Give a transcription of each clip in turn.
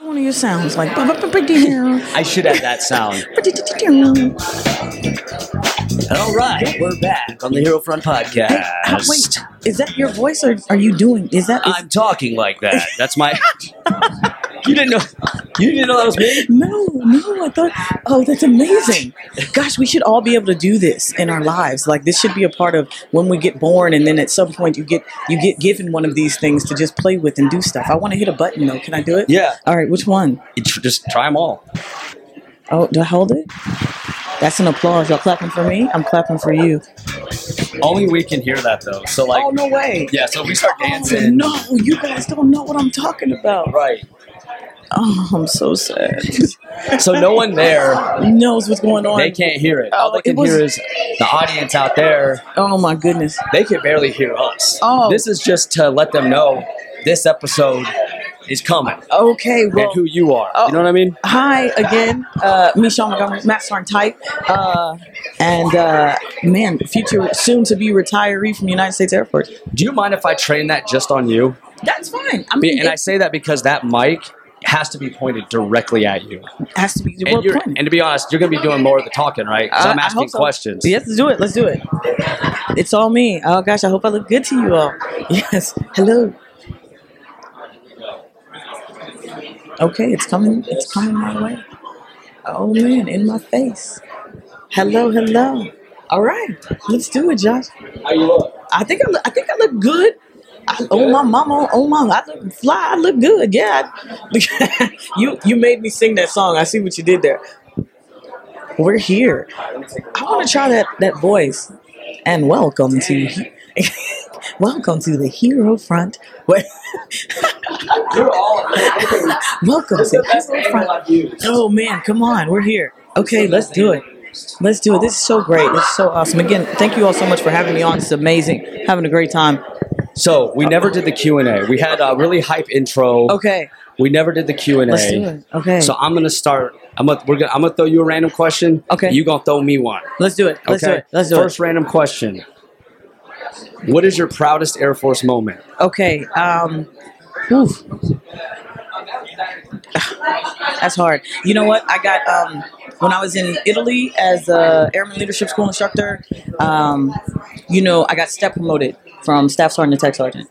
one of your sounds, like. I I should have that sound. All right, we're back on the Hero Front podcast. uh, Wait, is that your voice, or are you doing? Is that? is- I'm talking like that. That's my. you didn't know. You didn't know that was me. no, no. I thought. Oh, that's amazing. Gosh, we should all be able to do this in our lives. Like this should be a part of when we get born, and then at some point you get you get given one of these things to just play with and do stuff. I want to hit a button though. Can I do it? Yeah. All right. Which one? You tr- Just try them all. Oh, do I hold it? That's an applause. Y'all clapping for me? I'm clapping for you. Only we can hear that though. So like, oh no way. yeah. So we start Oh, dancing. no, you guys don't know what I'm talking about. Right. Oh, I'm so sad. So no one there. Who knows what's going on? They can't hear it. All Oh, they it can was- hear is the audience out there. Oh my goodness. They can barely hear us. Oh. This is just to let them know this episode is coming Okay, well. and who you are. Oh. You know what I mean? Hi again, uh, Michelle Montgomery, Master and Type, uh, and uh, man, future soon-to-be retiree from United States Air Force. Do you mind if I train that just on you? That's fine. I Be- mean, And I it say that because that mic has to be pointed directly at you. has to be. And, we're you're, planning. and to be honest, you're going to be doing more of the talking, right? 'Cause I- I'm Uh, I asking hope so. questions. Yes, let's do it. Let's do it. It's all me. Oh gosh, I hope I look good to you all. Yes. Hello. Okay, it's coming. It's coming my way. Oh man, in my face. Hello, hello. All right, let's do it, Josh. How you look? I think I look, I think I look good. I, oh my mama, oh mama, I look fly. I look good. Yeah, I- you you made me sing that song. I see what you did there. We're here. I want to try that that voice. And welcome to he- welcome to the Hero Front. Wait, You're all. welcome to Hero Front. Oh man, come on, we're here. Okay, let's do it. Let's do it. This is so great. This is so awesome. Again, thank you all so much for having me on. It's amazing. Having a great time. So we never did the Q and A. We had a really hype intro. Okay. We never did the Q and Let's do A. it. Okay. So I'm gonna start. I'm gonna we're gonna I'm gonna throw you a random question. Okay. You gonna throw me one. Let's do it. Let's do it. Let's do First random question. What is your proudest Air Force moment? it. Okay. Um, oof. That's hard. You know what? I got um, when I was in Italy as a airman leadership school instructor. Um, you know, I got step promoted from staff sergeant to tech sergeant.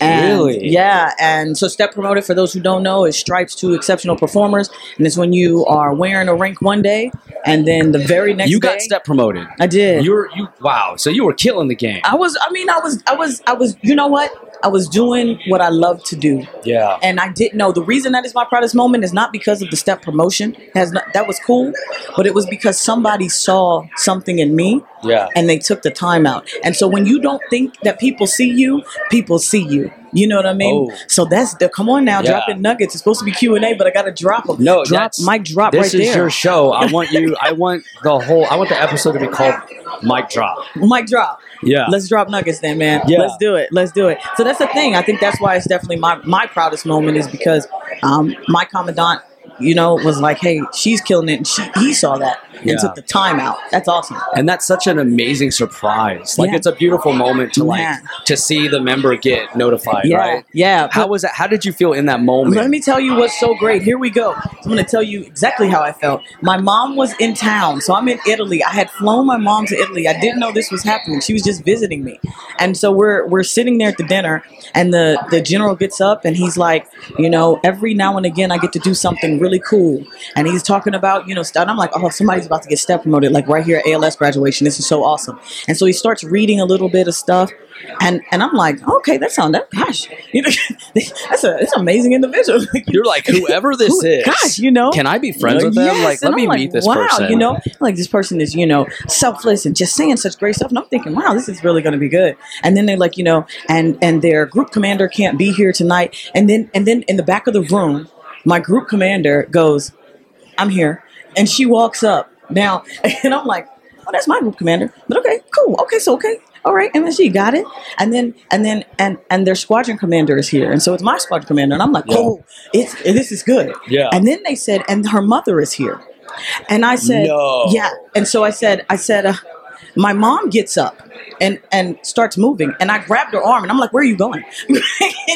And, Really? Yeah, and so step promoted for those who don't know is stripes to exceptional performers, and it's when you are wearing a rank one day, and then the very next you day, got step promoted. I did. You're you wow. So you were killing the game. I was. I mean, I was. I was. I was. You know what? I was doing what I love to do, yeah. and I didn't know the reason that is my proudest moment is not because of the step promotion. Has not, that was cool, but it was because somebody saw something in me, Yeah. and they took the time out. And so when you don't think that people see you, people see you. You know what I mean? Oh. So that's the come on now, Yeah. dropping nuggets. It's supposed to be Q and A, but I gotta drop them. No, drop that's, mic drop This right is there. your show. I want you. I want the whole. I want the episode to be called Mic Drop. mic drop. Yeah. Let's drop nuggets then, man. Yeah. Let's do it. Let's do it. So that's the thing. I think that's why it's definitely my, my proudest moment is because um, my commandant, you know, was like, hey, she's killing it. And she, he saw that and Yeah. took the time out. That's awesome. and that's such an amazing surprise. Like Yeah. it's a beautiful moment to like Yeah. to see the member get notified. Yeah. Right. Yeah. How was that? How did you feel in that moment? Let me tell you what's so great. Here we go. I'm going to tell you exactly how I felt. My mom was in town, so I'm in Italy. I had flown my mom to Italy. I didn't know this was happening. She was just visiting me, and so we're we're sitting there at the dinner, and the the general gets up and he's like, you know, every now and again I get to do something really cool, and he's talking about you know, st- and I'm like, oh, somebody's about to get step promoted, like right here at ALS graduation. This is so awesome. And so he starts reading a little bit of stuff, and and I'm like, okay, that sounds that gosh, you know, that's a that's an amazing individual. You're like whoever this Who- is. gosh, you know? Can I be friends with them? Yes. Like, And let me I'm like, meet this wow, person. you know, like this person is, you know, selfless and just saying such great stuff. And I'm thinking, wow, this is really going to be good. And then they're like, you know, and and their group commander can't be here tonight. And then and then in the back of the room, my group commander goes, "I'm here," and she walks up now, and I'm like, oh, that's my group commander. But okay, cool. Okay, so okay. All right, MSG got it, and then and then and and their squadron commander is here, and so it's my squadron commander, and I'm like, Yeah. oh, it's this is good. Yeah. And then they said, and her mother is here. And I said, No. yeah. And so I said, I said, uh, my mom gets up and and starts moving. And I grabbed her arm and I'm like, "Where are you going?" and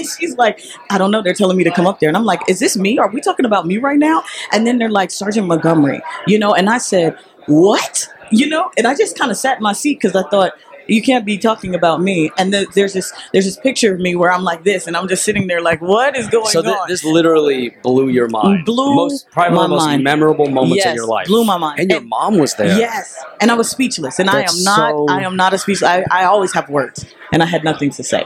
she's like, "I don't know. They're telling me to come up there." And I'm like, "Is this me? Are we talking about me right now?" And then they're like, "Sergeant Montgomery," you know. And I said, "What?" You know. And I just kind of sat in my seat because I thought. You can't be talking about me. And the, there's this there's this picture of me where I'm like this, and I'm just sitting there like, what is going So thi- on? this literally blew your mind. Blew most probably one of the my most mind. memorable moments Yes, of your life. blew my mind. And your And- mom was there. Yes, and I was speechless, and That's I am so- not. I am not a speechless. I, I always have words, and I had nothing to say.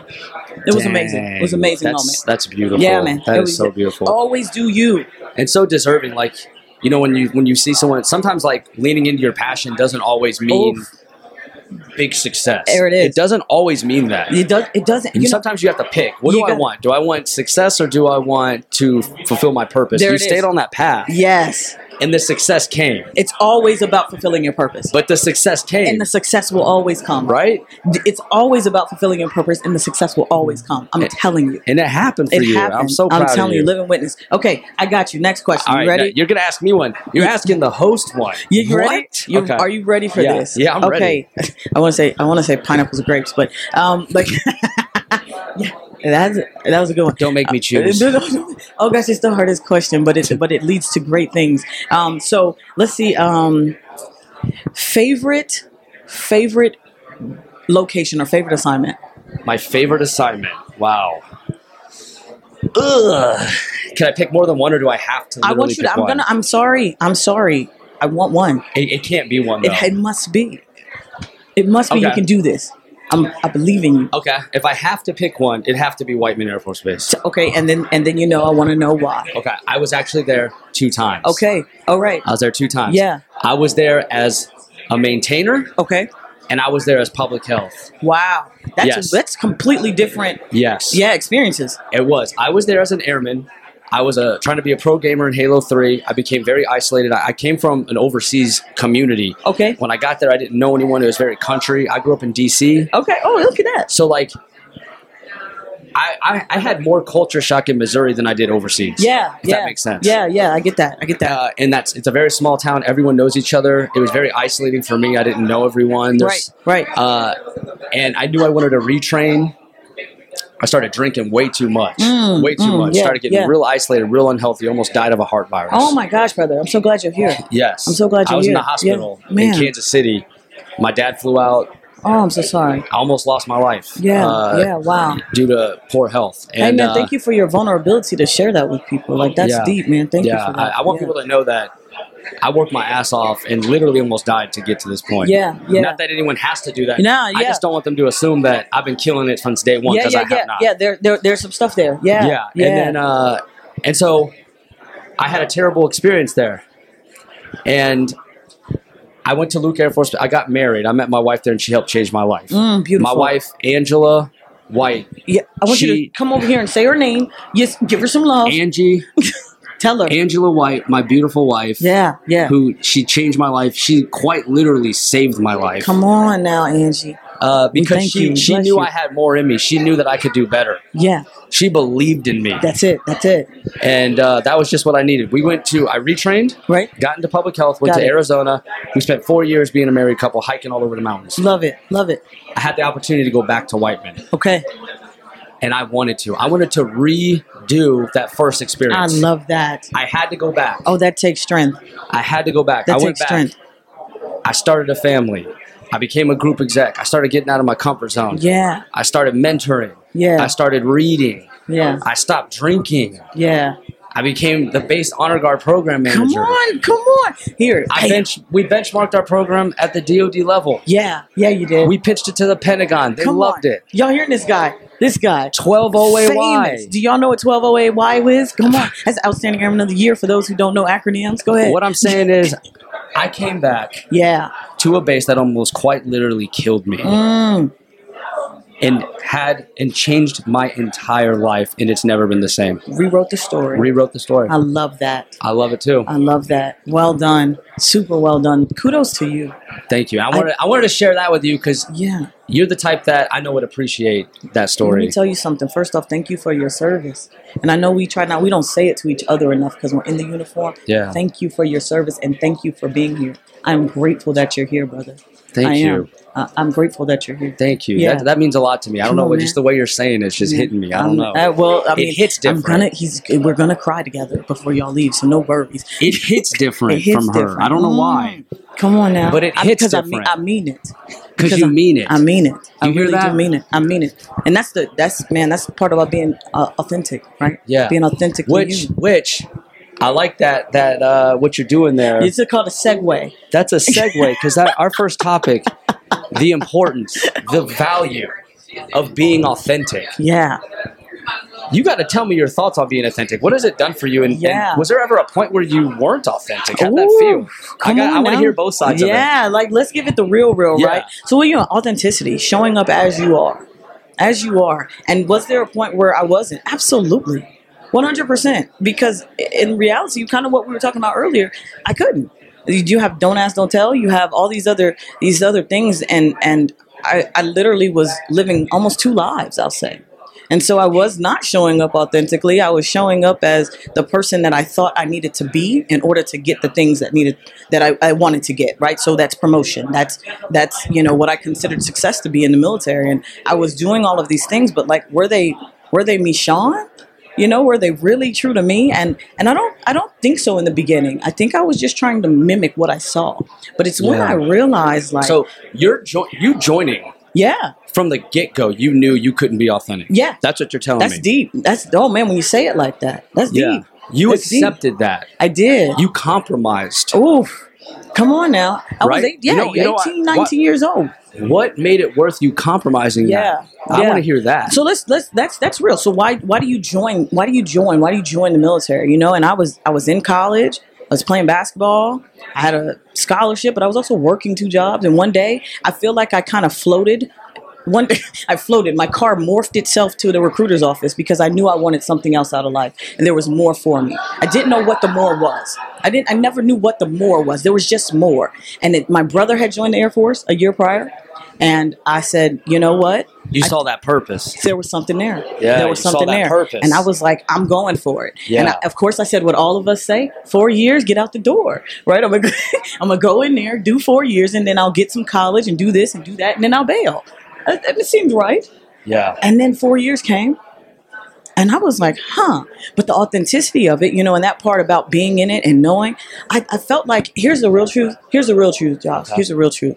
It was amazing. It was an Dang, amazing that's, moment. That's beautiful. Yeah, man. It That is was- so beautiful. Always do you. and so deserving. Like you know, when you when you see someone, sometimes like leaning into your passion doesn't always mean Oof. big success. Oh. There it is. It doesn't always mean that. It does. It doesn't. And You know, sometimes you have to pick. What do You I gotta- want? Do I want success or do I want to fulfill my purpose? There you it is. stayed on that path, yes, and the success came. it's always about fulfilling your purpose, But the success came, and the success will always come. right? D- It's always about fulfilling your purpose, and the success will always come. I'm telling you. And it happened for It you. happened. I'm so proud I'm telling of you. living witness. Okay, I got you. Next question. All you right, ready? now you're gonna ask me one. You're asking the host one. You, you what? ready? You, okay. Are you ready for Yeah. this? Yeah, I'm okay. I want to say I want to say pineapples, grapes, but um, like yeah, that's that was a good one. Uh, Don't make me choose. No, no, no. Oh gosh, it's the hardest question, but it but it leads to great things. Um, so let's see. Um, favorite favorite location or favorite assignment? My favorite assignment. Wow. Ugh. Can I pick more than one, or do I have to? I want literally you to. pick I'm one? gonna. I'm sorry. I'm sorry. I want one. It, it can't be one. Though. It, it must be. It must be. You Okay. can do this. I'm, I believe in you. okay. If I have to pick one, it'd have to be Whiteman Air Force Base. Okay, and then and then you know I want to know why. Okay. I was actually there two times. Okay. All right. I was there two times. Yeah. I was there as a maintainer, Okay. and I was there as public health. Wow. That's Yes. that's completely different. Yes. Yeah, experiences. It was. I was there as an airman. I was uh, trying to be a pro gamer in Halo 3. I became very isolated. I, I came from an overseas community. Okay. When I got there, I didn't know anyone. It was very country. I grew up in D.C. Okay. Oh, look at that. So, like, I, I, I had more culture shock in Missouri than I did overseas. Yeah. If yeah. that makes sense. Yeah. Yeah. I get that. I get that. Uh, and that's it's a very small town. Everyone knows each other. It was very isolating for me. I didn't know everyone. right. There's- Right. uh, and I knew I wanted to retrain. I started drinking way too much, way too mm, much. yeah, started getting yeah. real isolated, real unhealthy. Almost died of a heart virus. oh my gosh, brother! I'm so glad you're here. Yes, I'm so glad I you're was in here. the hospital Yeah. Man. in Kansas City. My dad flew out. Oh, I'm so sorry. I almost lost my life. Yeah. uh, yeah. Wow. Due to poor health. Hey And, man, uh, thank you for your vulnerability to share that with people. Like that's Yeah. deep, man. Thank you yeah, for that. I, I want people to know that I worked my ass off and literally almost died to get to this point. Yeah, yeah. Not that anyone has to do that. No, I yeah. just don't want them to assume that I've been killing it since day one yeah, because yeah, I have yeah, not. yeah. There, there, there's some stuff there. Yeah, yeah. And then, uh, and so I had a terrible experience there. And I went to Luke Air Force. I got married. I met my wife there and she helped change my life. Mm, beautiful. My wife, Angela White, Yeah, I want you She- to come over here and say her name. Yes, give her some love. Angie, Tell her. Angela White, my beautiful wife. yeah, yeah. Who she changed my life. She quite literally saved my life. Come on now, Angie. Uh, because thank she, you. she Bless knew you. I had more in me. She knew that I could do better. Yeah, She believed in me. that's it. That's it. and uh, that was just what I needed. We went to, I retrained, Right? got into public health, went Got to it. Arizona. We spent four years being a married couple, hiking all over the mountains. Love it. Love it. I had the opportunity to go back to Whiteman, Okay. and I wanted to. I wanted to redo that first experience. I love that. I had to go back. Oh, that takes strength. I had to go back. That I went takes back. strength. I started a family. I became a group exec. I started getting out of my comfort zone. Yeah. I started mentoring. Yeah. I started reading. Yeah. I stopped drinking. Yeah. I became the base honor guard program manager. Come on. Come on. Here. I Bam. bench we benchmarked our program at the DoD level. Yeah. Yeah, you did. We pitched it to the Pentagon. They Come loved on. it. Y'all hearing this guy? This guy. 12OAY. Famous. Do y'all know what 1208Y is? Come on. That's Outstanding Airman of the Year for those who don't know acronyms. Go ahead. What I'm saying is, I came back yeah. to a base that almost quite literally killed me Mm. and had and changed my entire life, and it's never been the same. Rewrote the story. Rewrote the story. I Uh, love that. I love it too. I love that. Well done. Super well done. Kudos to you. Thank you. I wanted I, wanted to share that with you because Yeah. you're the type that I know would appreciate that Let story. me tell you something. First off, thank you for your service. And I know we try not, we don't say it to each other enough because we're in the uniform. Yeah. Thank you for your service and thank you for being here. I'm grateful that you're here, brother. Thank I you. Am. Uh, I'm grateful that you're here. Thank you. Yeah. That, that means a lot to me. I don't Come know on, what man. just the way you're saying it's just hitting me. I don't Um, know. uh, well, I It mean, hits different. I'm gonna. He's. We're gonna cry together before y'all leave. So no worries. it hits different It hits from her. different. Mm. I don't know why. Come on now. But it I- hits because I mean, different. I mean it. Because you I- mean it. I mean it. I You hear really that? do mean it. I mean it. And that's the that's man. That's part about being uh, authentic, right? Yeah. Being authentic. which which I like that that uh, what you're doing there. It's called a segue. That's a segue because our first topic, the importance, the value of being authentic. Yeah. You got to tell me your thoughts on being authentic. What has it done for you? And, and Yeah. was there ever a point where you weren't authentic? How'd that feel? I, Come got, on I want to now. hear both sides of it. Yeah, like let's give it the real, real, Yeah. right? So, well, you know, authenticity, showing up as you are, as you are. And was there a point where I wasn't? Absolutely, one hundred percent. Because i- in reality, kind of what we were talking about earlier, I couldn't. You do have don't ask, don't tell. You have all these other these other things, and and I, I literally was living almost two lives. I'll say. And so I was not showing up authentically. I was showing up as the person that I thought I needed to be in order to get the things that needed that I, I wanted to get, right? So that's promotion. That's that's you know what I considered success to be in the military. And I was doing all of these things, but like were they were they me Sean? You know, were they really true to me? And and I don't I don't think so in the beginning. I think I was just trying to mimic what I saw. But it's when Yeah. I realized like So you're jo- you joining yeah, from the get go. You knew you couldn't be authentic. Yeah. that's what you're telling that's me. deep. That's oh man, when you say it like that, that's Yeah, deep. you That's deep. Oh. accepted that. I did. You compromised. Oof. Come on now. I Right? was eight, You yeah, know- you know what- 18, 19 years old. What made it worth you compromising Yeah. that? I Yeah. want to hear that. So let's let's that's that's real. So why why do you join why do you join? Why do you join the military? You know, and I was I was in college, I was playing basketball, I had a scholarship, but I was also working two jobs and one day I feel like I kind of floated one day I floated, my car morphed itself to the recruiter's office because I knew I wanted something else out of life and there was more for me. I didn't know what the more was. I didn't I never knew what the more was. There was just more. And it, my brother had joined the Air Force a year prior and I said, "You know what? you saw that purpose. there was something there. Yeah, there you was saw something there. that purpose. And I was like, I'm going for it. And Yeah. I, of course, I said what all of us say: four years, get out the door, right? I'm gonna, I'm gonna go in there, do four years, and then I'll get some college and do this and do that, and then I'll bail. It, it seemed right. Yeah. And then four years came, and I was like, huh. But the authenticity of it, you know, and that part about being in it and knowing, I, I felt like here's the real truth. Here's the real truth, Josh. Uh-huh. Here's the real truth.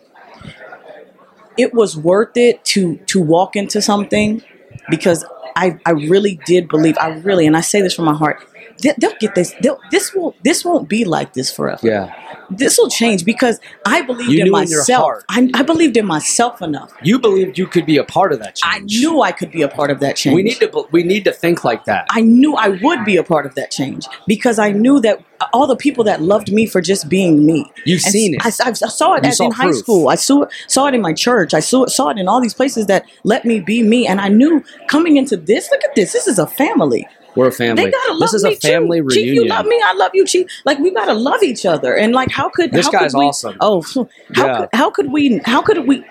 It was worth it to to walk into something because I I really did believe I really and I say this from my heart. They, they'll get this. They'll, this will this won't be like this forever Yeah. this will change because I believed You in knew in your myself. heart. I, I believed in myself enough. You believed you could be a part of that I change. knew I could be a part of that change. We need to be- we need to think like that. I knew I would be a part of that change because I knew that all the people that loved me for just being me. You've And seen it. I, I saw it You as saw in high proof. school. I saw, saw it in my church. I saw, saw it in all these places that let me be me. And I knew coming into this, look at this. This is a family. We're a family. They gotta love this is me a family too. Chief, reunion. you love me. I love you, Chief. Like we gotta love each other. And like, how could This how could guy's we- awesome. Oh, how Yeah. could how could we how could we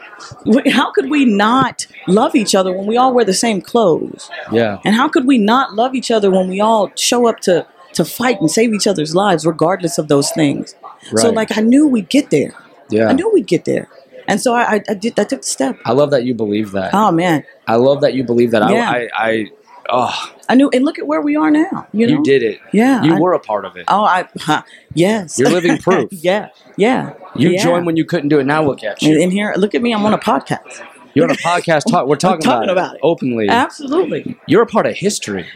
how could we not love each other when we all wear the same clothes? Yeah. And how could we not love each other when we all show up to to fight and save each other's lives, regardless of those things? So Right. like, I knew we'd get there. Yeah. I knew we'd get there. And so I, I, I did. I took the step. I love that you believe that. Oh man, I love that you believe that. Yeah. I, I, I oh, I knew. And look at where we are now. You you, know, did it. Yeah, You I- were a part of it. Oh, I huh, yes. You're living proof. yeah, yeah. you yeah. joined when you couldn't do it. Now look at And you. in here, look at me. I'm on a podcast. You're on a podcast. Talk. We're talking, talking about it. Uh-huh. openly. Absolutely. You're a part of history.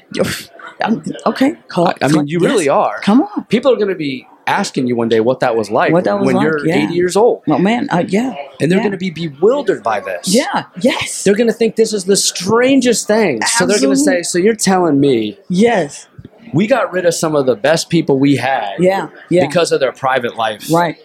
I'm, okay. Call. I, I mean, you yes. really are. Come on. People are going to be asking you one day what that was like What that was when like, you're yeah. 80 years old, Oh man. Uh, yeah. and they're yeah. going to be bewildered by this. Yeah. Yes. They're going to think this is the strangest thing. So they're going to Absolutely. say, "So you're telling me yes. we got rid of some of the best people we had Yeah. Yeah. because of their private lives right.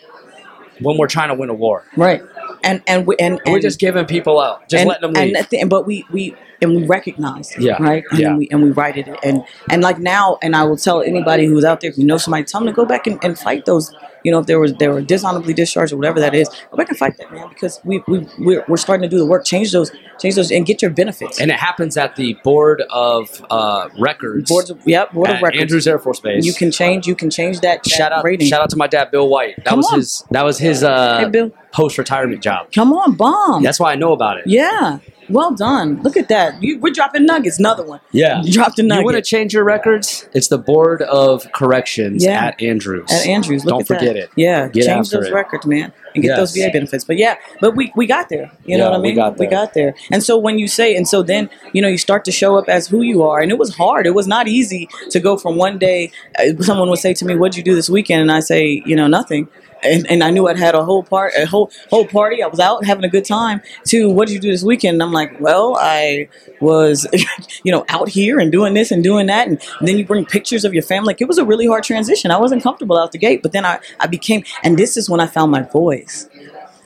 when we're trying to win a war. Right. And and we and, we're and- just giving people out, just and, letting them And leave. that thing- but we we and we recognized it, Yeah. right? And Yeah. we and we righted it, and and like now, and I will tell anybody who's out there, if you know somebody, tell them to go back and, and fight those. You know, if there was they were dishonorably discharged or whatever that is, go back and fight that man because we we we're, we're starting to do the work, change those, change those, and get your benefits. And it happens at the board of uh, records. boards, of, yep, board of at records. Andrews Air Force Base. you can change. You can change that. that shout out rating. shout out to my dad Bill White. That Come was on. his that was his uh, Hey, Bill. post retirement job. Come on, bomb. That's why I know about it. yeah. Well done. Look at that. You, we're dropping nuggets. Another one. Yeah. You dropped a You want to nugget. change your records? It's the Board of Corrections Yeah. at Andrews. at Andrews. Look Don't at forget that. it. Yeah, Get change after those it. records, man, and get those Yes. VA benefits. But yeah, but we we got there. You Yeah, know what I we mean? got there. there. And so when you say, and so then you know you start to show up as who you are, and it was hard. It was not easy to go from one day. Uh, someone would say to me, "What'd you do this weekend?" And I say, "You know, nothing." And, and I knew I'd had a whole part, a whole whole party. I was out having a good time. To what did you do this weekend? And I'm like, well, I was, you know, out here and doing this and doing that, and then you bring pictures of your family. Like it was a really hard transition. I wasn't comfortable out the gate, but then I I became, and this is when I found my voice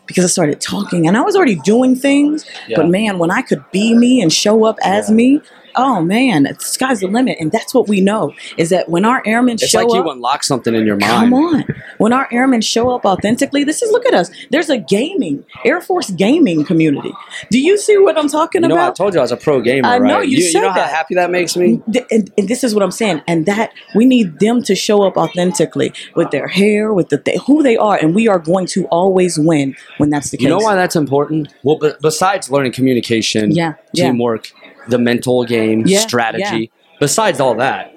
because I started talking and I was already doing things, Yeah. but man, when I could be me and show up as me, oh man, the sky's the limit. And that's what we know is that when our airmen It's show like you up, unlock something in your mind. come on, when our airmen show up authentically, this is look at us. There's a gaming Air Force gaming community. Do you see what I'm talking You know, I about? told you I was a pro gamer. I know, right? you said know how that. happy that makes me. Th- and, and this is what I'm saying, and that we need them to show up authentically with their hair, with the th- who they are, and we are going to always win when that's the case. You know why that's important? Well, be- besides learning communication, Yeah, yeah. teamwork, the mental game, Yeah, strategy, besides all that,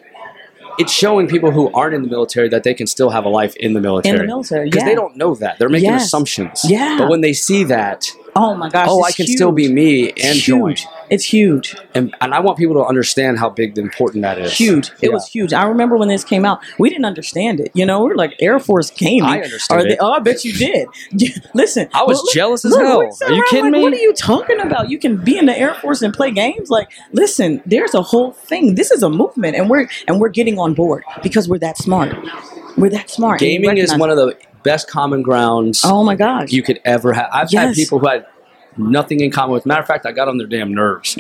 it's showing people who aren't in the military that they can still have a life in the military. military, Because yeah. they don't know that. They're making Yes. assumptions. Yeah. But when they see that, Oh my gosh! oh, it's I can still huge. be me and huge. join. It's huge, And, and I want people to understand how big and important that is. huge. It Yeah. was huge. I remember when this came out, we didn't understand it. You know, we're like Air Force came. I understood Or they- it. Oh, I bet you did. Listen, I was well, look- jealous as look, hell. we're sitting Are you around kidding like, me? What are you talking about? You can be in the Air Force and play games. Like, listen, there's a whole thing. This is a movement, and we're and we're getting on board because we're that smart. We're that smart. and we Gaming is recognize one of the best common grounds. Oh my gosh! you could ever have. I've had Yes. people who had nothing in common with. Matter of fact, I got on their damn nerves.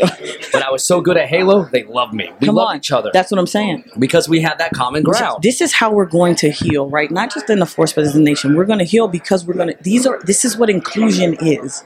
but I was so good at Halo, they loved me. We Come loved on. each other That's what I'm saying. because we had that common ground. This is how we're going to heal, right? Not just in the force, but as a nation. We're going to heal because we're going to. These are. This is what inclusion is.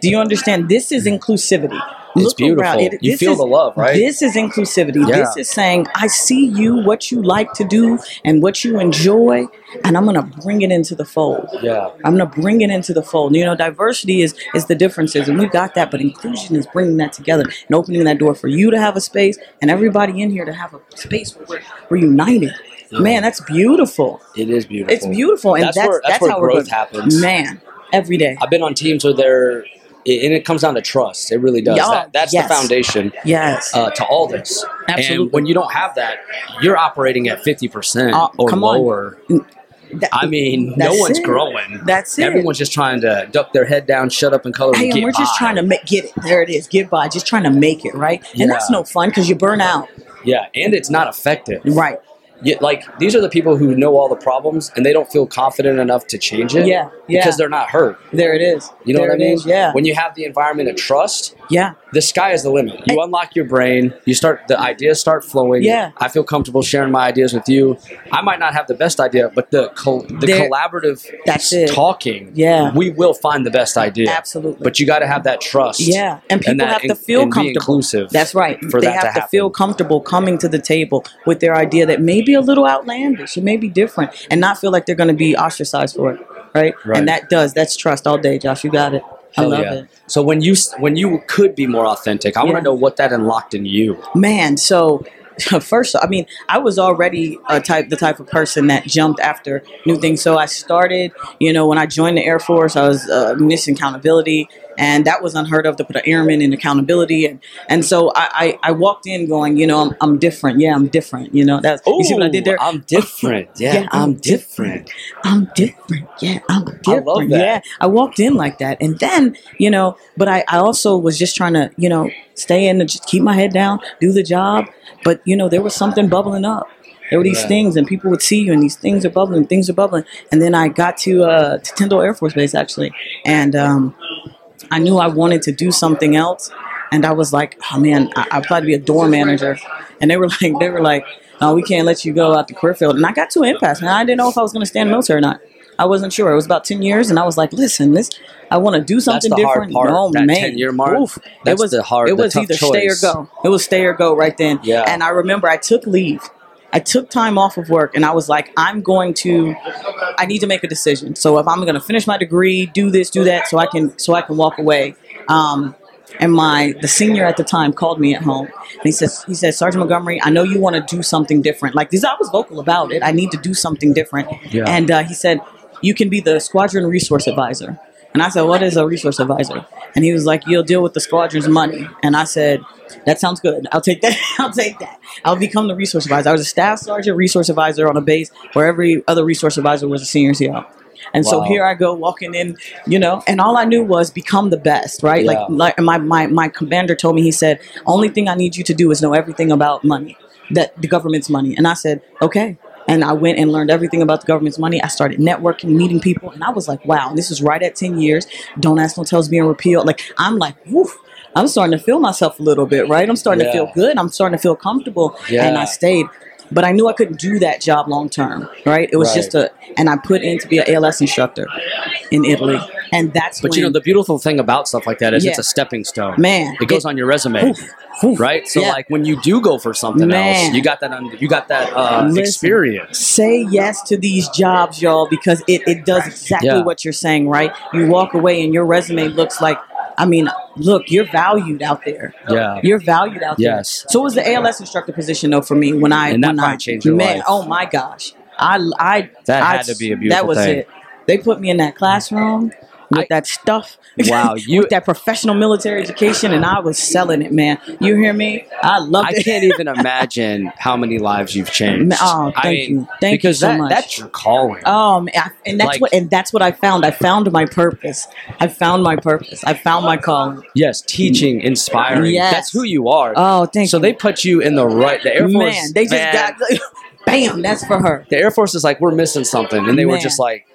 Do you understand? This is inclusivity. It's beautiful. You this feel the love, right? This is inclusivity. Yeah. This is saying, I see you, what you like to do, and what you enjoy, and I'm going to bring it into the fold. Yeah. I'm going to bring it into the fold. You know, diversity is is the differences, and we've got that, but inclusion is bringing that together and opening that door for you to have a space and everybody in here to have a space where we're, we're united. Man, that's beautiful. It is beautiful. It's beautiful, and that's that's, where, that's, where how growth we're, happens. Man, every day. I've been on teams where they're, it, and it comes down to trust. It really does. Yeah. That, that's Yes. the foundation Yes. uh, to all this. Absolutely. And when you don't have that, you're operating at 50% Uh, or come on. lower. That- I mean, That's no one's it. growing. That's it. Everyone's just trying to duck their head down, shut up, and color. Hey, and and get we're just by. trying to make get it. There it is. Get by. Just trying to make it right, and that's Yeah. no fun because you burn out. Yeah, and it's not effective. Right. Yet, like these are the people who know all the problems and they don't feel confident enough to change it. Yeah, yeah. Because they're not hurt. There it is. You know There what I it mean? is. Yeah. When you have the environment of trust, yeah. the sky is the limit. You And- unlock your brain. You start the ideas start flowing. Yeah. I feel comfortable sharing my ideas with you. I might not have the best idea, but the col- the There- collaborative That's it. talking. Yeah. We will find the best idea. Absolutely. But you got to have that trust. Yeah, and people that have to in- feel and be comfortable. inclusive. That's right. For they that have to to, happen. feel comfortable coming to the table with their idea that may be a little outlandish, it may be different, and not feel like they're going to be ostracized for it, right? Right. And that does that's trust all day, Josh. You got it. I Hell love yeah. it. So when you when you could be more authentic, I want Yeah. to know what that unlocked in you. man so first i mean i was already a type the type of person that jumped after new things so i started you know when i joined the air force i was uh, munition accountability and that was unheard of to put an airman in accountability and, and so I, I, I walked in going you know i'm, I'm different yeah i'm different you know that's you see what i did there I'm different. Yeah, Yeah, I'm, I'm different. I'm different. Yeah, I'm different. love that. Yeah, I walked in like that. And then, you know, but I, I also was just trying to, you know, stay in and just keep my head down, do the job. But, you know, there was something bubbling up. There were these Yeah. things, and people would see you, and these things are bubbling, things are bubbling. And then I got to, uh, to Tyndall Air Force Base, actually. And, um, I knew I wanted to do something else. And I was like, oh man, I, I applied to be a door manager. And they were like, they were like, no, we can't let you go out to Careerfield. And I got to an impasse, and I didn't know if I was going to stand military or not. I wasn't sure. It was about ten years, and I was like, "Listen, this I want to do something the hard different." part, no, that man, 10-year mark. Oof. That's it was the hard- It the was tough either stay or choice. go. It was stay or go right then. Yeah. And I remember I took leave. I took time off of work, and I was like, "I'm going to. I need to make a decision. So if I'm going to finish my degree, do this, do that, so I can so I can walk away." Um, and my the senior at the time called me at home and he says he says sergeant montgomery i know you want to do something different like this i was vocal about it i need to do something different Yeah. and uh, he said you can be the squadron resource advisor and i said what is a resource advisor and he was like you'll deal with the squadron's money and i said that sounds good i'll take that i'll take that i'll become the resource advisor i was a staff sergeant resource advisor on a base where every other resource advisor was a senior CO. and so Wow. here i go walking in you know and all i knew was become the best right Yeah. like like my, my my commander told me he said only thing i need you to do is know everything about money that the government's money and i said okay and i went and learned everything about the government's money i started networking meeting people and i was like wow this is right at 10 years don't ask no tells being repealed like i'm like woof i'm starting to feel myself a little bit right i'm starting Yeah. to feel good i'm starting to feel comfortable and Yeah. i stayed but i knew i couldn't do that job long term right it was Right. just a and i put in to be an als instructor in italy and that's But you know, when- the beautiful thing about stuff like that is it's Yeah. a stepping stone. Man. it goes on your resume, right? So Yeah. like when you do go for something else, Man. you got that un- you got that uh, Listen. experience. say yes to these jobs, y'all, because it, it does exactly Yeah. what you're saying, right? You walk away and your resume looks like, I mean, look, you're valued out there. Yeah. You're valued out Yes. there. So it was the ALS instructor position, though, for me when I. And that when probably I, changed your man, life. Oh, my gosh. I, I, That I- had to be a beautiful That was thing. it. They put me in that classroom with I- that stuff. Wow, you- with that professional military education, and I was selling it, man. You hear me? I loved I it. can't even imagine how many lives you've changed. Ma- oh, I thank mean, you. Thank you because so that, much. that's your calling. Um, I- and that's Like- what and that's what I found. I found my purpose. I found my purpose. I found my calling. yes, teaching, inspiring. Yes. That's who you are. Oh, thank so you. they put you in the right. The Air Force. man, they just man, got bam. That's for her. the Air Force is like we're missing something, and they were Man. just like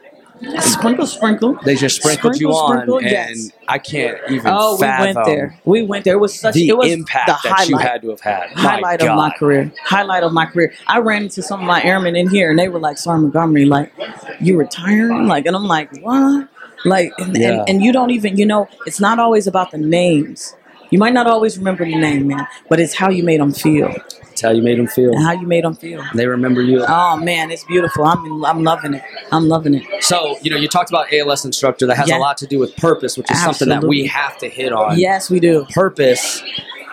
Sprinkle, sprinkle. they just sprinkled you Sprinkle, on, sprinkle, and yes. I can't even. Oh, we fathom went there. We went there. It was such. The it was impact the that highlight. you had to have had. My highlight God. of my career. Highlight of my career. I ran into some of my airmen in here, and they were like, "Sergeant Montgomery, like, you retiring?" Like, and I'm like, "What?" Like, and, Yeah. and and you don't even, you know, it's not always about the names. You might not always remember the name, man, but it's how you made them feel That's how you made them feel. and how you made them feel. They remember you. Oh man, it's beautiful. I'm in, I'm loving it. I'm loving it. So, you know, you talked about ALS instructor. That has Yeah. a lot to do with purpose, which is something that we Absolutely. have to hit on. Yes, we do. Purpose,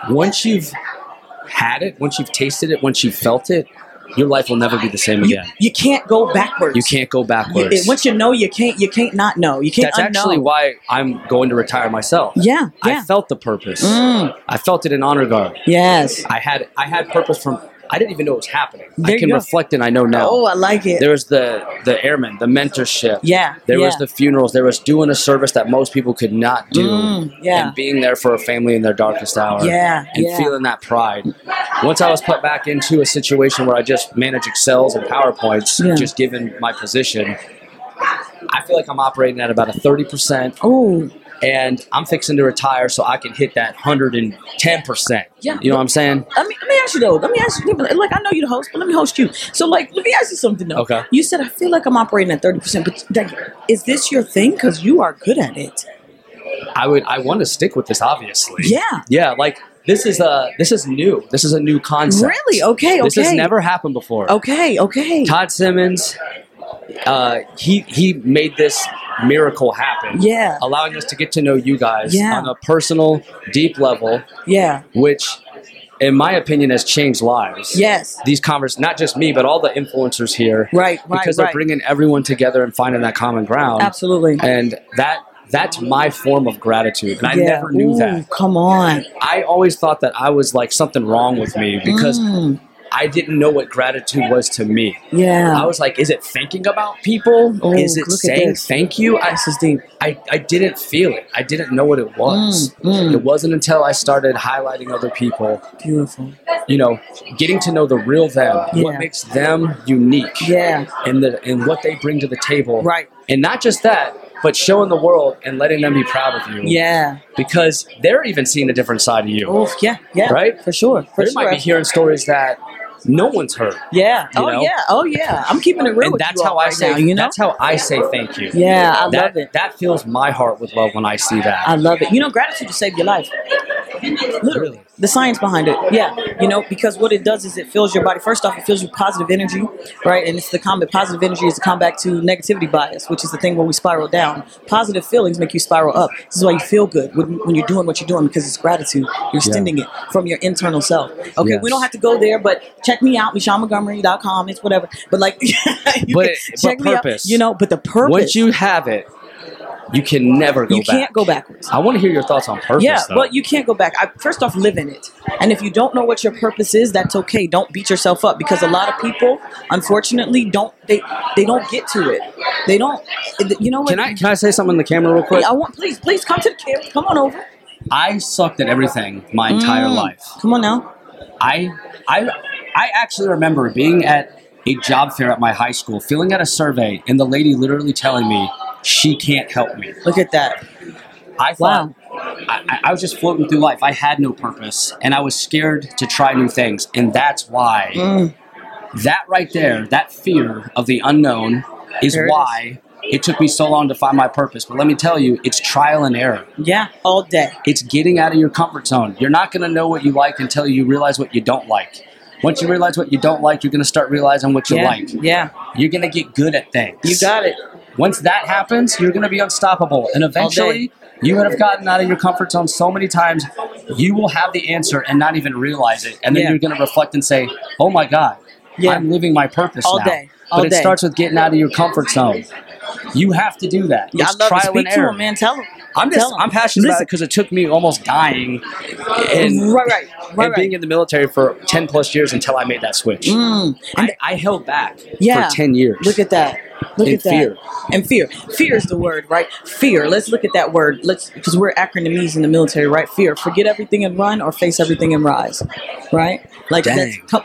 once you've had it, once you've tasted it, once you've felt it, your life will never be the same You, again. you can't go backwards. You can't go You- backwards. it- once you know, you can't. You can't not know. You can't That's unknow. actually why I'm going to retire myself. Yeah, yeah. I felt the purpose. Mm. I felt it in honor guard. yes. I had I had purpose from I didn't even know it was happening. There I you can go. reflect and I know now. Oh, I like it. There was the the airmen, the mentorship. Yeah, There was yeah. the funerals. There was doing a service that most people could not do. Mm, yeah. And being there for a family in their darkest hour. Yeah, And yeah. feeling that pride. Once I was put back into a situation where I just manage excels and powerpoints, Yeah. just given my position, I feel like I'm operating at about a thirty percent, Oh, and I'm fixing to retire so I can hit that hundred and ten percent. Yeah. You know what I'm saying? let me let me ask you though. Let me ask you. Like I know you're the host, but let me host you. So like, let me ask you something though. Okay. You said I feel like I'm operating at thirty percent, but like, is this your thing? Because you are good at it. I would I want to stick with this obviously. Yeah. Yeah, like this is a this is new. This is a new concept. Really? Okay. Oh. Okay. This has never happened before. Okay. Okay. Todd Simmons uh, he he made this miracle happen. Yeah. Allowing us to get to know you guys Yeah. on a personal deep level Yeah. which in my opinion has changed lives. Yes. These convers not just me but all the influencers here. Right. Right. Because right. they're bringing everyone together and finding that common ground. Absolutely. And that that's my form of gratitude. And I Yeah. never knew Ooh, that. Come on. I always thought that I was like something wrong with me because Mm, I didn't know what gratitude was to me. I yeah. was like, is it thinking about people? Oh, is it look at saying this. thank you? I, This is deep. I, I didn't feel it. I didn't know what it was. Mm, mm. It wasn't until I started highlighting other people, Beautiful. you know, getting to know the real them, Yeah. what makes them unique Yeah. and the and what they bring to the table. Right. And not just that, but showing the world and letting them be proud of you. Yeah. Because they're even seeing a different side of you. Oof. Oh, Yeah. Yeah. Right? For sure. For they sure. might be hearing stories that no one's heard. Yeah. you Oh know? yeah. Oh yeah. I'm keeping it real. And with that's you all how I right say now, you know. that's how I say thank you. yeah, I that, love it. That fills my heart with love when I see that. I love it. You know, gratitude will save your life. Literally. Really? The science behind it. Yeah. You know, because what it does is it fills your body. First off, it fills you with positive energy, right? And it's the combat. Positive energy is the combat to negativity bias, which is the thing where we spiral down. Positive feelings make you spiral up. This is why you feel good when, when you're doing what you're doing because it's gratitude. You're extending it from your internal self. Okay. Yes. We don't have to go there, but check me out, MichelleMontgomery.com. It's whatever. But like, you But- can but check me out. purpose. You know, but the purpose. Once you have it, you can never go you back. can't go backwards. I want to hear your thoughts on purpose. Yeah, though. but you can't go back. I, first off, live in it. And if you don't know what your purpose is, that's okay. Don't beat yourself up because a lot of people, unfortunately, don't they they don't get to it. They don't. You know what? can I can I say something in the camera real quick? I want please please come to the camp. Come on over. I sucked at everything my entire Mm. life. Come on now. I I I actually remember being at a job fair at my high school, filling out a survey, and the lady literally telling me she can't help me. Look at that. I thought I, I- I was just floating through life. I had no purpose, and I was scared to try new things, and that's why Mm. that right there, that fear of the unknown, is There it is. why it took me so long to find my purpose. But let me tell you, it's trial and error. Yeah, all day. It's getting out of your comfort zone. You're not going to know what you like until you realize what you don't like. Once you realize what you don't like, you're going to start realizing what you yeah, like. yeah. You're going to get good at things. You got it. Once that happens, you're going to be unstoppable. And eventually, you would have gotten out of your comfort zone so many times, you will have the answer and not even realize it. And then Yeah. you're going to reflect and say, oh my God, Yeah. I'm living my purpose All now. day. but All it day. starts with getting out of your comfort zone. You have to do that. Yeah, it's I love trial to speak and error. to him, man. Tell him. I'm just Tell him. I'm passionate about Listen. it because it took me almost dying and, right, right, right, and being right. in the military for ten plus years until I made that switch. Mm. I, I held back Yeah. for ten years. Look at that. Look And at that. fear. And fear. Fear is the word, right? Fear. Let's look at that word. Let's because we're acronymese in the military, right? Fear. Forget everything and run, or face everything and rise, right? Like that's Dang. come,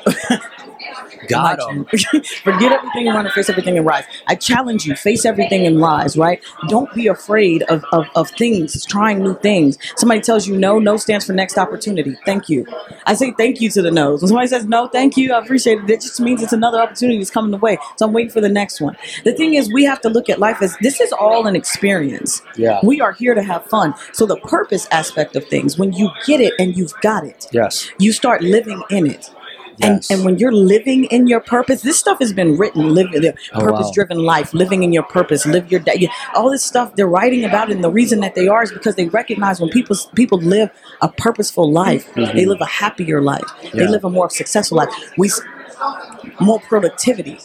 God. forget everything and run, or face everything and rise. I challenge you. Face everything and rise, right? Don't be afraid of of, of things. Trying new things. Somebody tells you no. No stands for next opportunity. Thank you. I say thank you to the no's. When somebody says no, thank you, I appreciate it. That just means it's another opportunity that's coming the way. So I'm waiting for the next one. The thing is, we have to look at life as this is all an experience. Yeah. We are here to have fun. So the purpose aspect of things, when you get it and you've got it, Yes. you start living in it. Yes. And, and when you're living in your purpose, this stuff has been written, living the Oh, wow. purpose-driven life, living in your purpose, live your day. All this stuff they're writing about, it, and the reason that they are is because they recognize when people people live a purposeful life, they live a happier life, they Mm-hmm. Yeah. live a more successful life. We s- more productivity.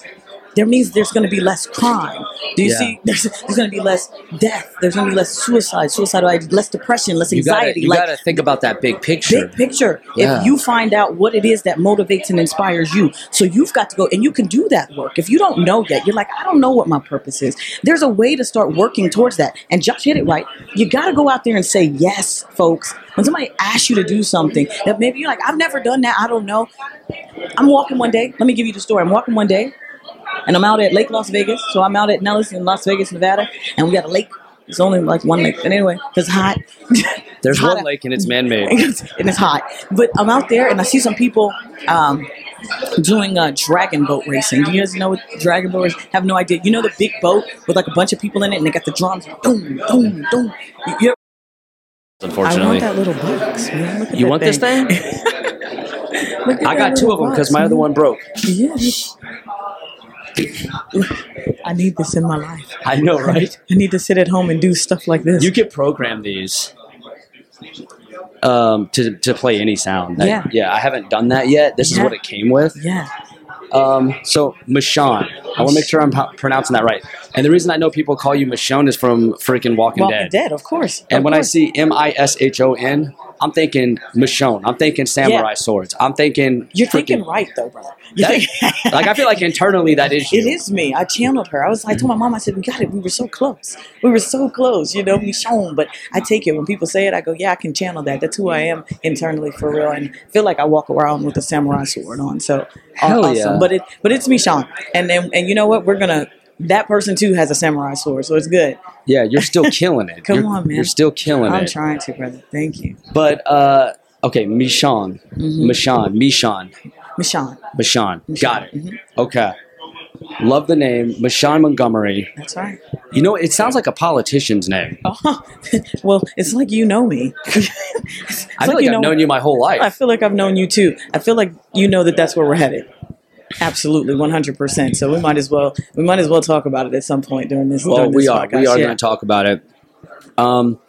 There means there's going to be less crime. Do you Yeah. see? There's, there's going to be less death. There's going to be less suicide, suicidal, ideas, less depression, less You gotta, anxiety. you like gotta think about that big picture. Big picture. Yeah. If you find out what it is that motivates and inspires you, so you've got to go and you can do that work. If you don't know yet, you're like, I don't know what my purpose is. There's a way to start working towards that. And Josh hit it right. You got to go out there and say yes, folks. When somebody asks you to do something that maybe you're like, I've never done that. I don't know. I'm walking one day. Let me give you the story. I'm walking one day and I'm out at Lake Las Vegas. So I'm out at Nellis in Las Vegas, Nevada, and we got a lake. It's only like one lake, but anyway, 'cause it's hot. There's It's hot one out- lake and it's man-made. and it's hot. But I'm out there and I see some people um, doing uh, dragon boat racing. Do you guys know what dragon boat is? Have no idea. You know the big boat with like a bunch of people in it and they got the drums. Boom, boom, boom. You- you- I want Unfortunately, that little box. Man. Look at You that want this thing? Look at I that got two little of them box, because my other man. one broke. Yeah. I need this in my life. I know, right? I need to sit at home and do stuff like this. You can program these um, to to play any sound. I- Yeah. yeah. I haven't done that yet. This is Yeah. what it came with. yeah. Um, so Michonne, I want to make sure I'm po- pronouncing that right. And the reason I know people call you Michonne is from freaking Walking, Walking Dead. dead. of course. And Of when I course. see M I S H O N, I'm thinking Michonne. I'm thinking samurai Yeah. swords. I'm thinking You're freaking- thinking right though, brother. You That- think- like I feel like internally that is you. It is me. I channeled her. I was I told my mom, I said, We got it. We were so close. We were so close, you know, we shown. But I take it. When people say it, I go, Yeah, I can channel that. That's who I am internally for real. And feel like I walk around with a samurai sword on. So aw- Hell awesome. yeah. But it but it's me, Sean. And then and you know what? We're gonna that person too has a samurai sword, so it's good. Yeah, you're still killing it. Come You're- on, man. You're still killing I'm it. trying to, brother. Thank you, But uh, okay, Michon, Michon, Michon, Mm-hmm. Michonne. Mm-hmm. Michon. Got it. Okay. Love the name, Michon Montgomery. That's right. You know, it sounds like a politician's name. Oh, well, it's like you know me. I feel like, I've known you my whole life. I feel like I've known you too. I feel like you know that that's where we're headed. Absolutely, 100%. So we might as well we might as well talk about it at some point during this. well, during we this are. podcast. We are Yeah. going to talk about it. Um,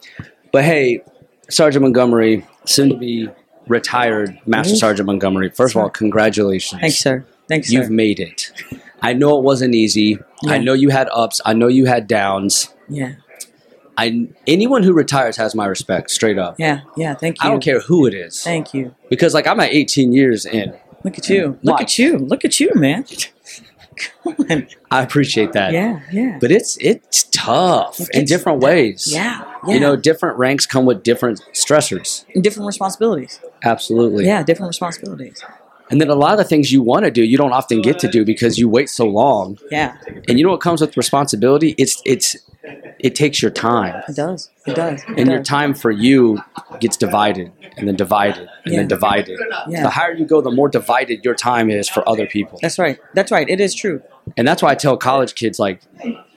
but hey, Sergeant Montgomery, soon to be retired Master Sergeant Montgomery. First of all, congratulations. Thanks, sir. Thanks, sir. You've made it. I know it wasn't easy. I Yeah. know you had ups. I know you had downs. yeah, I anyone who retires has my respect, straight up. yeah, yeah. Thank you. I don't care who it is. Thank you. Because like I'm at 18 years in. Look at you. Look Why? at you. Look at you, man. Come on. I appreciate that. Yeah, yeah. But it's it's tough in gets- different ways. yeah, yeah. You know, different ranks come with different stressors. different responsibilities. Absolutely. Yeah, different responsibilities. And then a lot of the things you want to do, you don't often get to do because you wait so long. Yeah, And you know what comes with responsibility? It's it's it takes your time. it does. It does. It And your does. time for you gets divided and then divided and Yeah. then divided. Yeah. The higher you go, the more divided your time is for other people. That's right. That's right. It is true. And that's why I tell college kids like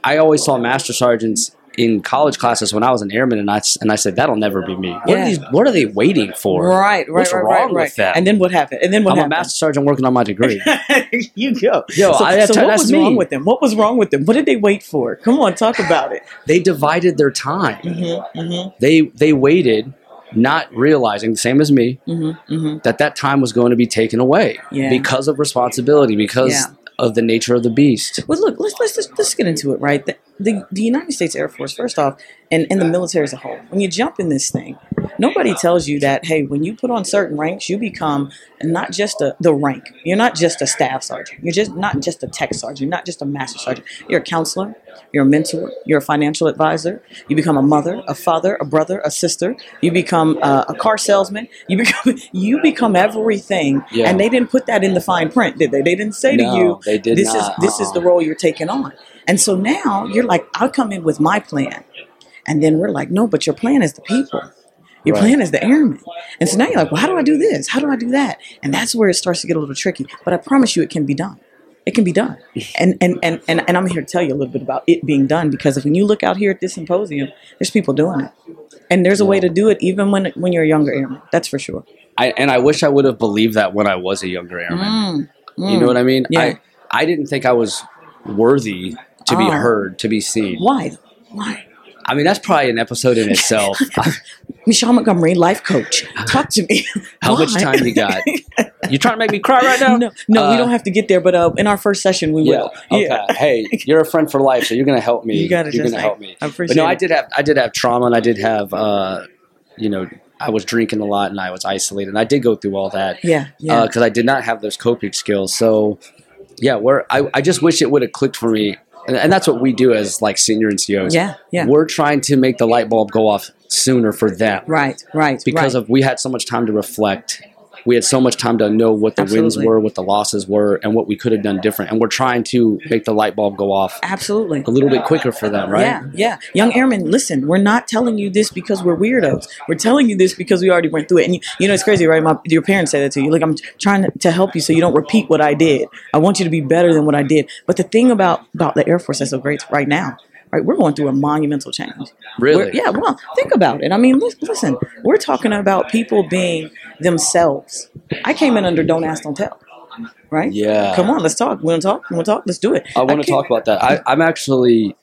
I always saw master sergeants in college classes when I was an airman and I s- and I said that'll never be me. What are Yeah. these what are they waiting for? Right, right, What's right, wrong right, right. with that? And then what happened? And then what I'm a happened? master sergeant working on my degree. you go. Yo, so, I- so that- what that's was me. wrong with them? What was wrong with them? What did they wait for? Come on, talk about it. they divided their time. Mm-hmm, mm-hmm, They they waited not realizing the same as me mm-hmm, mm-hmm. that that time was going to be taken away Yeah. because of responsibility because Yeah. of the nature of the beast. Well, look, let's let's let's, let's get into it, right? The, the the United States Air Force, first off, and and the military as a whole. When you jump in this thing, nobody tells you that hey, when you put on certain ranks, you become not just a the rank. You're not just a staff sergeant. You're just not just a tech sergeant. You're not just a master sergeant. You're a counselor. You're a mentor. You're a financial advisor. You become a mother, a father, a brother, a sister. You become uh, a car salesman. You become you become everything. Yeah. And they didn't put that in the fine print, did they? They didn't say No, to you, they did "This not. is this is the Uh-uh. role you're taking on." And so now you're like, "I'll come in with my plan," and then we're like, "No, but your plan is the people. Your Right. plan is the airmen." And so now you're like, "Well, how do I do this? How do I do that?" And that's where it starts to get a little tricky. But I promise you, it can be done. It can be done. And and and and, and I'm here to tell you a little bit about it being done because if when you look out here at this symposium, there's people doing it. And there's a way to do it even when when you're a younger airman. That's for sure. I, and I wish I would have believed that when I was a younger airman. You know what I mean? Mm, Yeah. I I didn't think I was worthy to be Oh. heard, to be seen. Why? Why? I mean, that's probably an episode in itself. Michelle Montgomery, life coach. Talk to me. How much Why? time you got? You trying to make me cry right now? no, no, we Uh, don't have to get there. But uh, in our first session, we Yeah. will. Okay. Hey, you're a friend for life, so you're gonna help me. You gotta You're just, gonna like, help me. I but no, appreciate I it. did have I did have trauma, and I did have uh, you know, I was drinking a lot, and I was isolated, and I did go through all that. Yeah, yeah. Because I did not have those coping skills. So, yeah, we're I, I just wish it would have clicked for me, and, and that's what we do as like senior NCOs. Yeah, yeah. We're trying to make the light bulb go off sooner for them, Right, right. Because right. of we had so much time to reflect. We had so much time to know what the wins Absolutely. were, what the losses were, and what we could have done different. And we're trying to make the light bulb go off absolutely. a little bit quicker for them, right? Yeah, yeah. Young airmen, listen, we're not telling you this because we're weirdos. We're telling you this because we already went through it. And you, you know, it's crazy, right? My, your parents say that to you. Look, I'm trying to, to help you so you don't repeat what I did. I want you to be better than what I did. But the thing about, about the Air Force that's so great right now, right? We're going through a monumental change. Really? We're- yeah, well, think about it. I mean, lis- listen, we're talking about people being themselves. I came in under Don't Ask, Don't Tell. Right? Yeah. Come on, let's talk. We want to talk. We want to talk. Let's do it. I want to came- talk about that. I, I'm actually,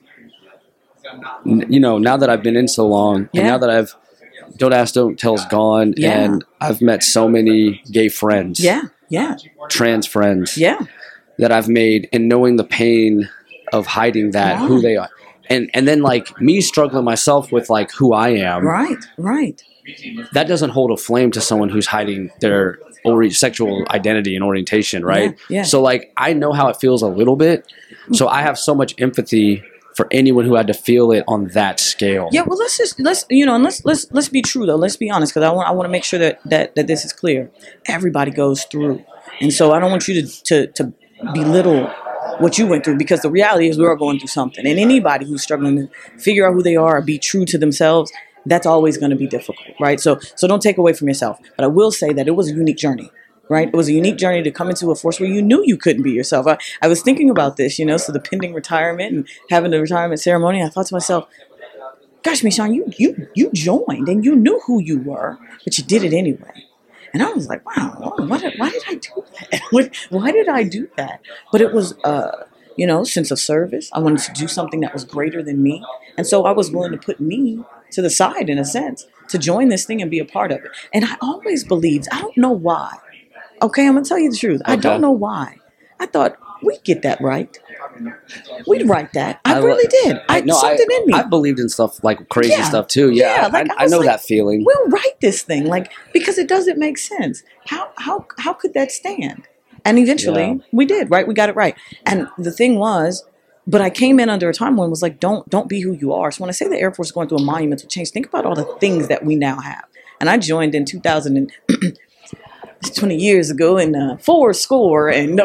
n- you know, now that I've been in so long, and Yeah. now that I've don't ask, don't tell's gone, Yeah. and I've met so many gay friends, Yeah, yeah, trans friends, yeah. that I've made, and knowing the pain of hiding that who Right. they are, and and then like me struggling myself with like who I am, Right, right. that doesn't hold a flame to someone who's hiding their ori- sexual identity and orientation, right? Yeah, yeah. So like I know how it feels a little bit. So I have so much empathy for anyone who had to feel it on that scale. Yeah, well, let's just let's you know, and let's let's let's be true though. Let's be honest, because I want I want to make sure that that that this is clear. Everybody goes through, and so I don't want you to to, to belittle what you went through because the reality is we're all going through something. And anybody who's struggling to figure out who they are, be true to themselves, that's always going to be difficult, right? So so don't take away from yourself. But I will say that it was a unique journey. Right, it was a unique journey to come into a force where you knew you couldn't be yourself. I, I was thinking about this, you know, so the pending retirement and having the retirement ceremony. I thought to myself, "Gosh, Michonne, you you you joined and you knew who you were, but you did it anyway." And I was like, wow, why did, why did I do that? What- why did I do that? But it was, uh, you know, sense of service. I wanted to do something that was greater than me. And so I was willing to put me to the side, in a sense, to join this thing and be a part of it. And I always believed, I don't know why. Okay, I'm going to tell you the truth. I Okay. don't know why. I thought, we'd get that right. We'd write that. I, lo- really did. I, no, something in me. I believed in stuff like crazy Yeah. stuff too. Yeah, Yeah, like, I, I I was know like, that feeling. we'll write this thing like because it doesn't make sense how how how could that stand and eventually Yeah. we did right we got it right and the thing was but i came in under a time when it was like don't don't be who you are so when i say the air force is going through a monumental change think about all the things that we now have and i joined in 2000 and 20 years ago in uh, four score and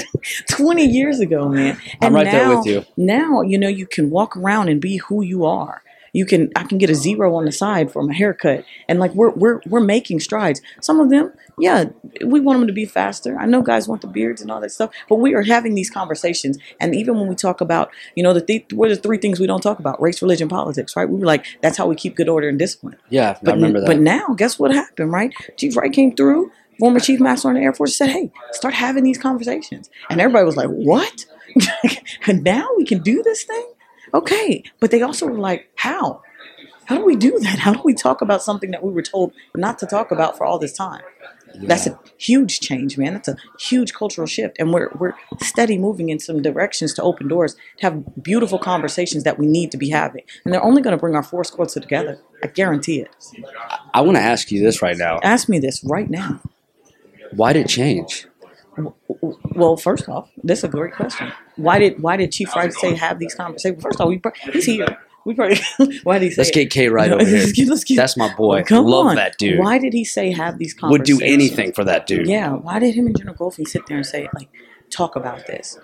20 years ago man and right now, there with you. now you know you can walk around and be who you are you can i can get a zero on the side for my haircut and like we're we're, we're making strides some of them yeah we want them to be faster i know guys want the beards and all that stuff but we are having these conversations and even when we talk about you know the th- what are the three things we don't talk about race religion politics right we were like that's how we keep good order and discipline Yeah, I but, remember that. but now, guess what happened, right? Chief Wright came through, former chief master on the Air Force, said, hey, start having these conversations. And everybody was like, what? and now we can do this thing? Okay. But they also were like, how? How do we do that? How do we talk about something that we were told not to talk about for all this time? That's a huge change, man. That's a huge cultural shift. And we're, we're steady moving in some directions to open doors, to have beautiful conversations that we need to be having. And they're only going to bring our force squads together. I guarantee it. I want to ask you this right now. Ask me this right now. Why did it change? Well, first off, this is a great question. Why did why did Chief Wright say have these conversations? First off, we, pr- he's here. We probably why did he say Let's it? get K right No, over here. let's get- let's get- That's my boy. Come Love on. that dude. Why did he say have these Would conversations? do anything for that dude. Yeah. Why did him and General Goldfein sit there and say like talk about this?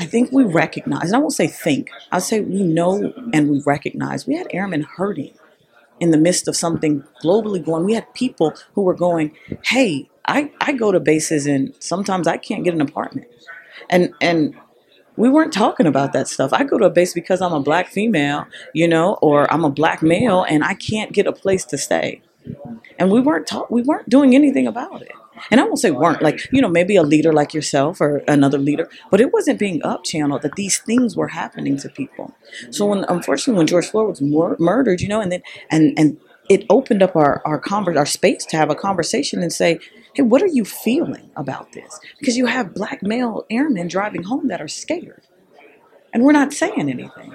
I think we recognize, and I won't say think. I'll say we know and we recognize. We had airmen hurting in the midst of something globally going. We had people who were going, "Hey, I, I go to bases and sometimes I can't get an apartment," and and we weren't talking about that stuff. I go to a base because I'm a black female, you know, or I'm a black male and I can't get a place to stay and we weren't taught we weren't doing anything about it and i won't say weren't like you know maybe a leader like yourself or another leader but it wasn't being up channeled that these things were happening to people so when unfortunately when george floyd was mur- murdered you know and then and and it opened up our our converse, our space to have a conversation and say hey what are you feeling about this because you have black male airmen driving home that are scared and we're not saying anything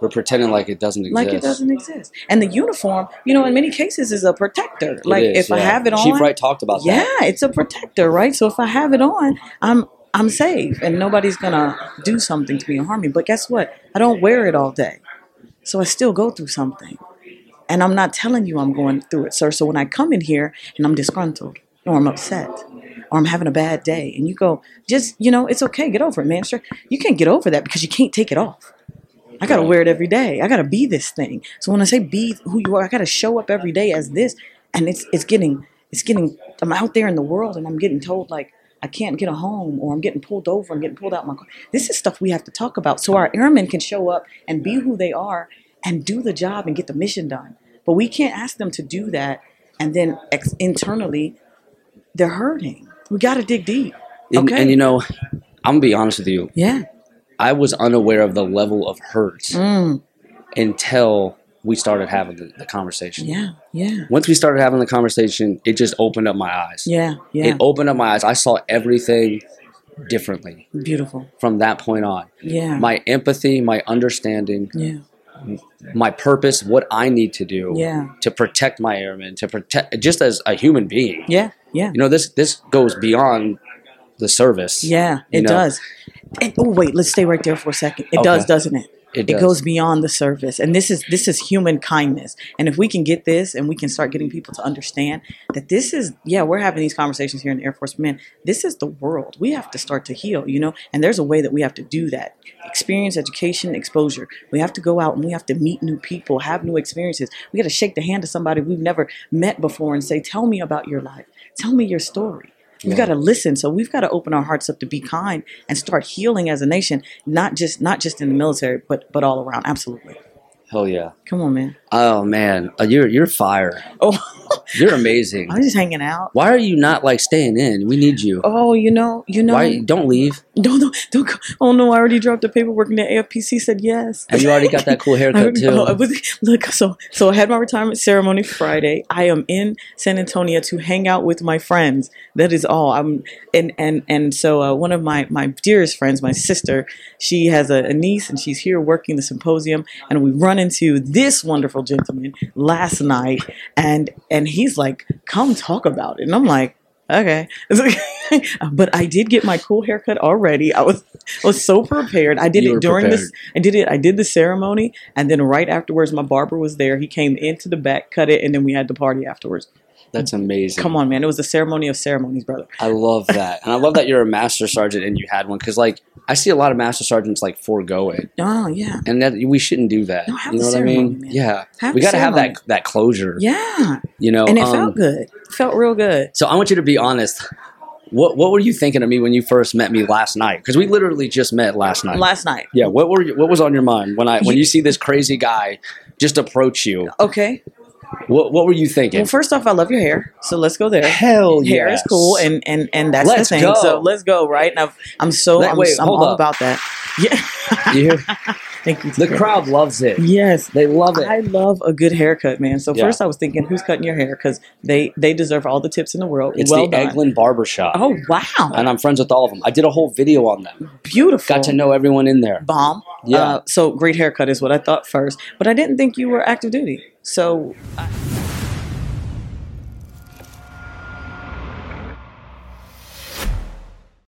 We're pretending like it doesn't exist. like it doesn't exist and the uniform you know in many cases is a protector It like is, if i yeah. have it on Chief Wright talked about yeah, that. it's a protector, right? So if I have it on, I'm I'm safe and nobody's gonna do something to me or harm me. But guess what? I don't wear it all day. So I still go through something. And I'm not telling you I'm going through it, sir. So when I come in here and I'm disgruntled or I'm upset or I'm having a bad day and you go, just you know, it's okay, get over it, man. Sure. You can't get over that because you can't take it off. I gotta wear it every day. I gotta be this thing. So when I say be who you are, I gotta show up every day as this. And it's it's getting it's getting I'm out there in the world and I'm getting told like I can't get a home or I'm getting pulled over, I'm getting pulled out my car. This is stuff we have to talk about. So our airmen can show up and be who they are and do the job and get the mission done. But we can't ask them to do that and then ex- internally they're hurting. We gotta dig deep. And, Okay. and you know, I'm gonna be honest with you. yeah. I was unaware of the level of hurt Mm. until we started having the, the conversation. Yeah. Yeah. Once we started having the conversation, it just opened up my eyes. Yeah. Yeah. It opened up my eyes. I saw everything differently Beautiful. from that point on. Yeah. My empathy, my understanding, yeah. my purpose, what I need to do Yeah. to protect my airmen, to protect just as a human being. Yeah. Yeah. You know, this this goes beyond the service. Yeah, you it know? does. And, oh, wait, let's stay right there for a second. It Okay. does, doesn't it? It, It does. goes beyond the surface, and this is this is human kindness. And if we can get this, and we can start getting people to understand that this is yeah, we're having these conversations here in Air Force Men. This is the world. We have to start to heal, you know. And there's a way that we have to do that: experience, education, exposure. We have to go out and we have to meet new people, have new experiences. We got to shake the hand of somebody we've never met before and say, "Tell me about your life. Tell me your story." We've got to listen. So we've got to open our hearts up to be kind and start healing as a nation, not just not just in the military, but but all around. Absolutely. Hell yeah. Come on, man. Oh man, Uh, you're you're fire. Oh, You're amazing. I'm just hanging out. Why are you not like staying in? We need you. Oh, you know, you know, Why don't leave? don't don't don't. Go. Oh no, I already dropped the paperwork, and the AFPC said yes. And you already got that cool I haircut already- oh, I too. was- look, so so I had my retirement ceremony Friday. I am in San Antonio to hang out with my friends. That is all. I'm and and and so uh, one of my my dearest friends, my sister, she has a, a niece and she's here working the symposium. And we run into this wonderful gentleman last night, and and he's like, "Come talk about it," and I'm like. Okay, but I did get my cool haircut already. I was I was so prepared. I did You were it during this prepared. I did it. I did the ceremony, and then right afterwards, my barber was there. He came into the back, cut it, and then we had the party afterwards. That's amazing. Come on, man! It was the ceremony of ceremonies, brother. I love that, and I love that you're a master sergeant and you had one because like I see a lot of master sergeants like forego it, Oh yeah, and that we shouldn't do that. No, have you the know what I ceremony, mean? man. Yeah, Have we the got to have that ceremony. that closure. yeah, You know, and it um, felt good. It felt real good. So I want you to be honest. What what were you thinking of me when you first met me last night? Because we literally just met last night. Last night, yeah. What were you, what was on your mind when I when You- you see this crazy guy just approach you? okay. What what were you thinking? Well, first off, I love your hair, so let's go there. Hell yeah. Hair is cool, and and and that's Let's the thing. go. So let's go, right? And I've, I'm so Let- I'm, wait, I'm hold all up. about that. Yeah, You hear? thank you. The Taylor. crowd loves it. Yes, They love it. I love a good haircut, man. So Yeah. first, I was thinking, who's cutting your hair? Because they they deserve all the tips in the world. it's well the done. Eglin Barbershop. Oh wow, And I'm friends with all of them. I did a whole video on them. beautiful. Got to know everyone in there. bomb. Yeah. Uh, so great haircut is what I thought first, but I didn't think you were active duty. So I-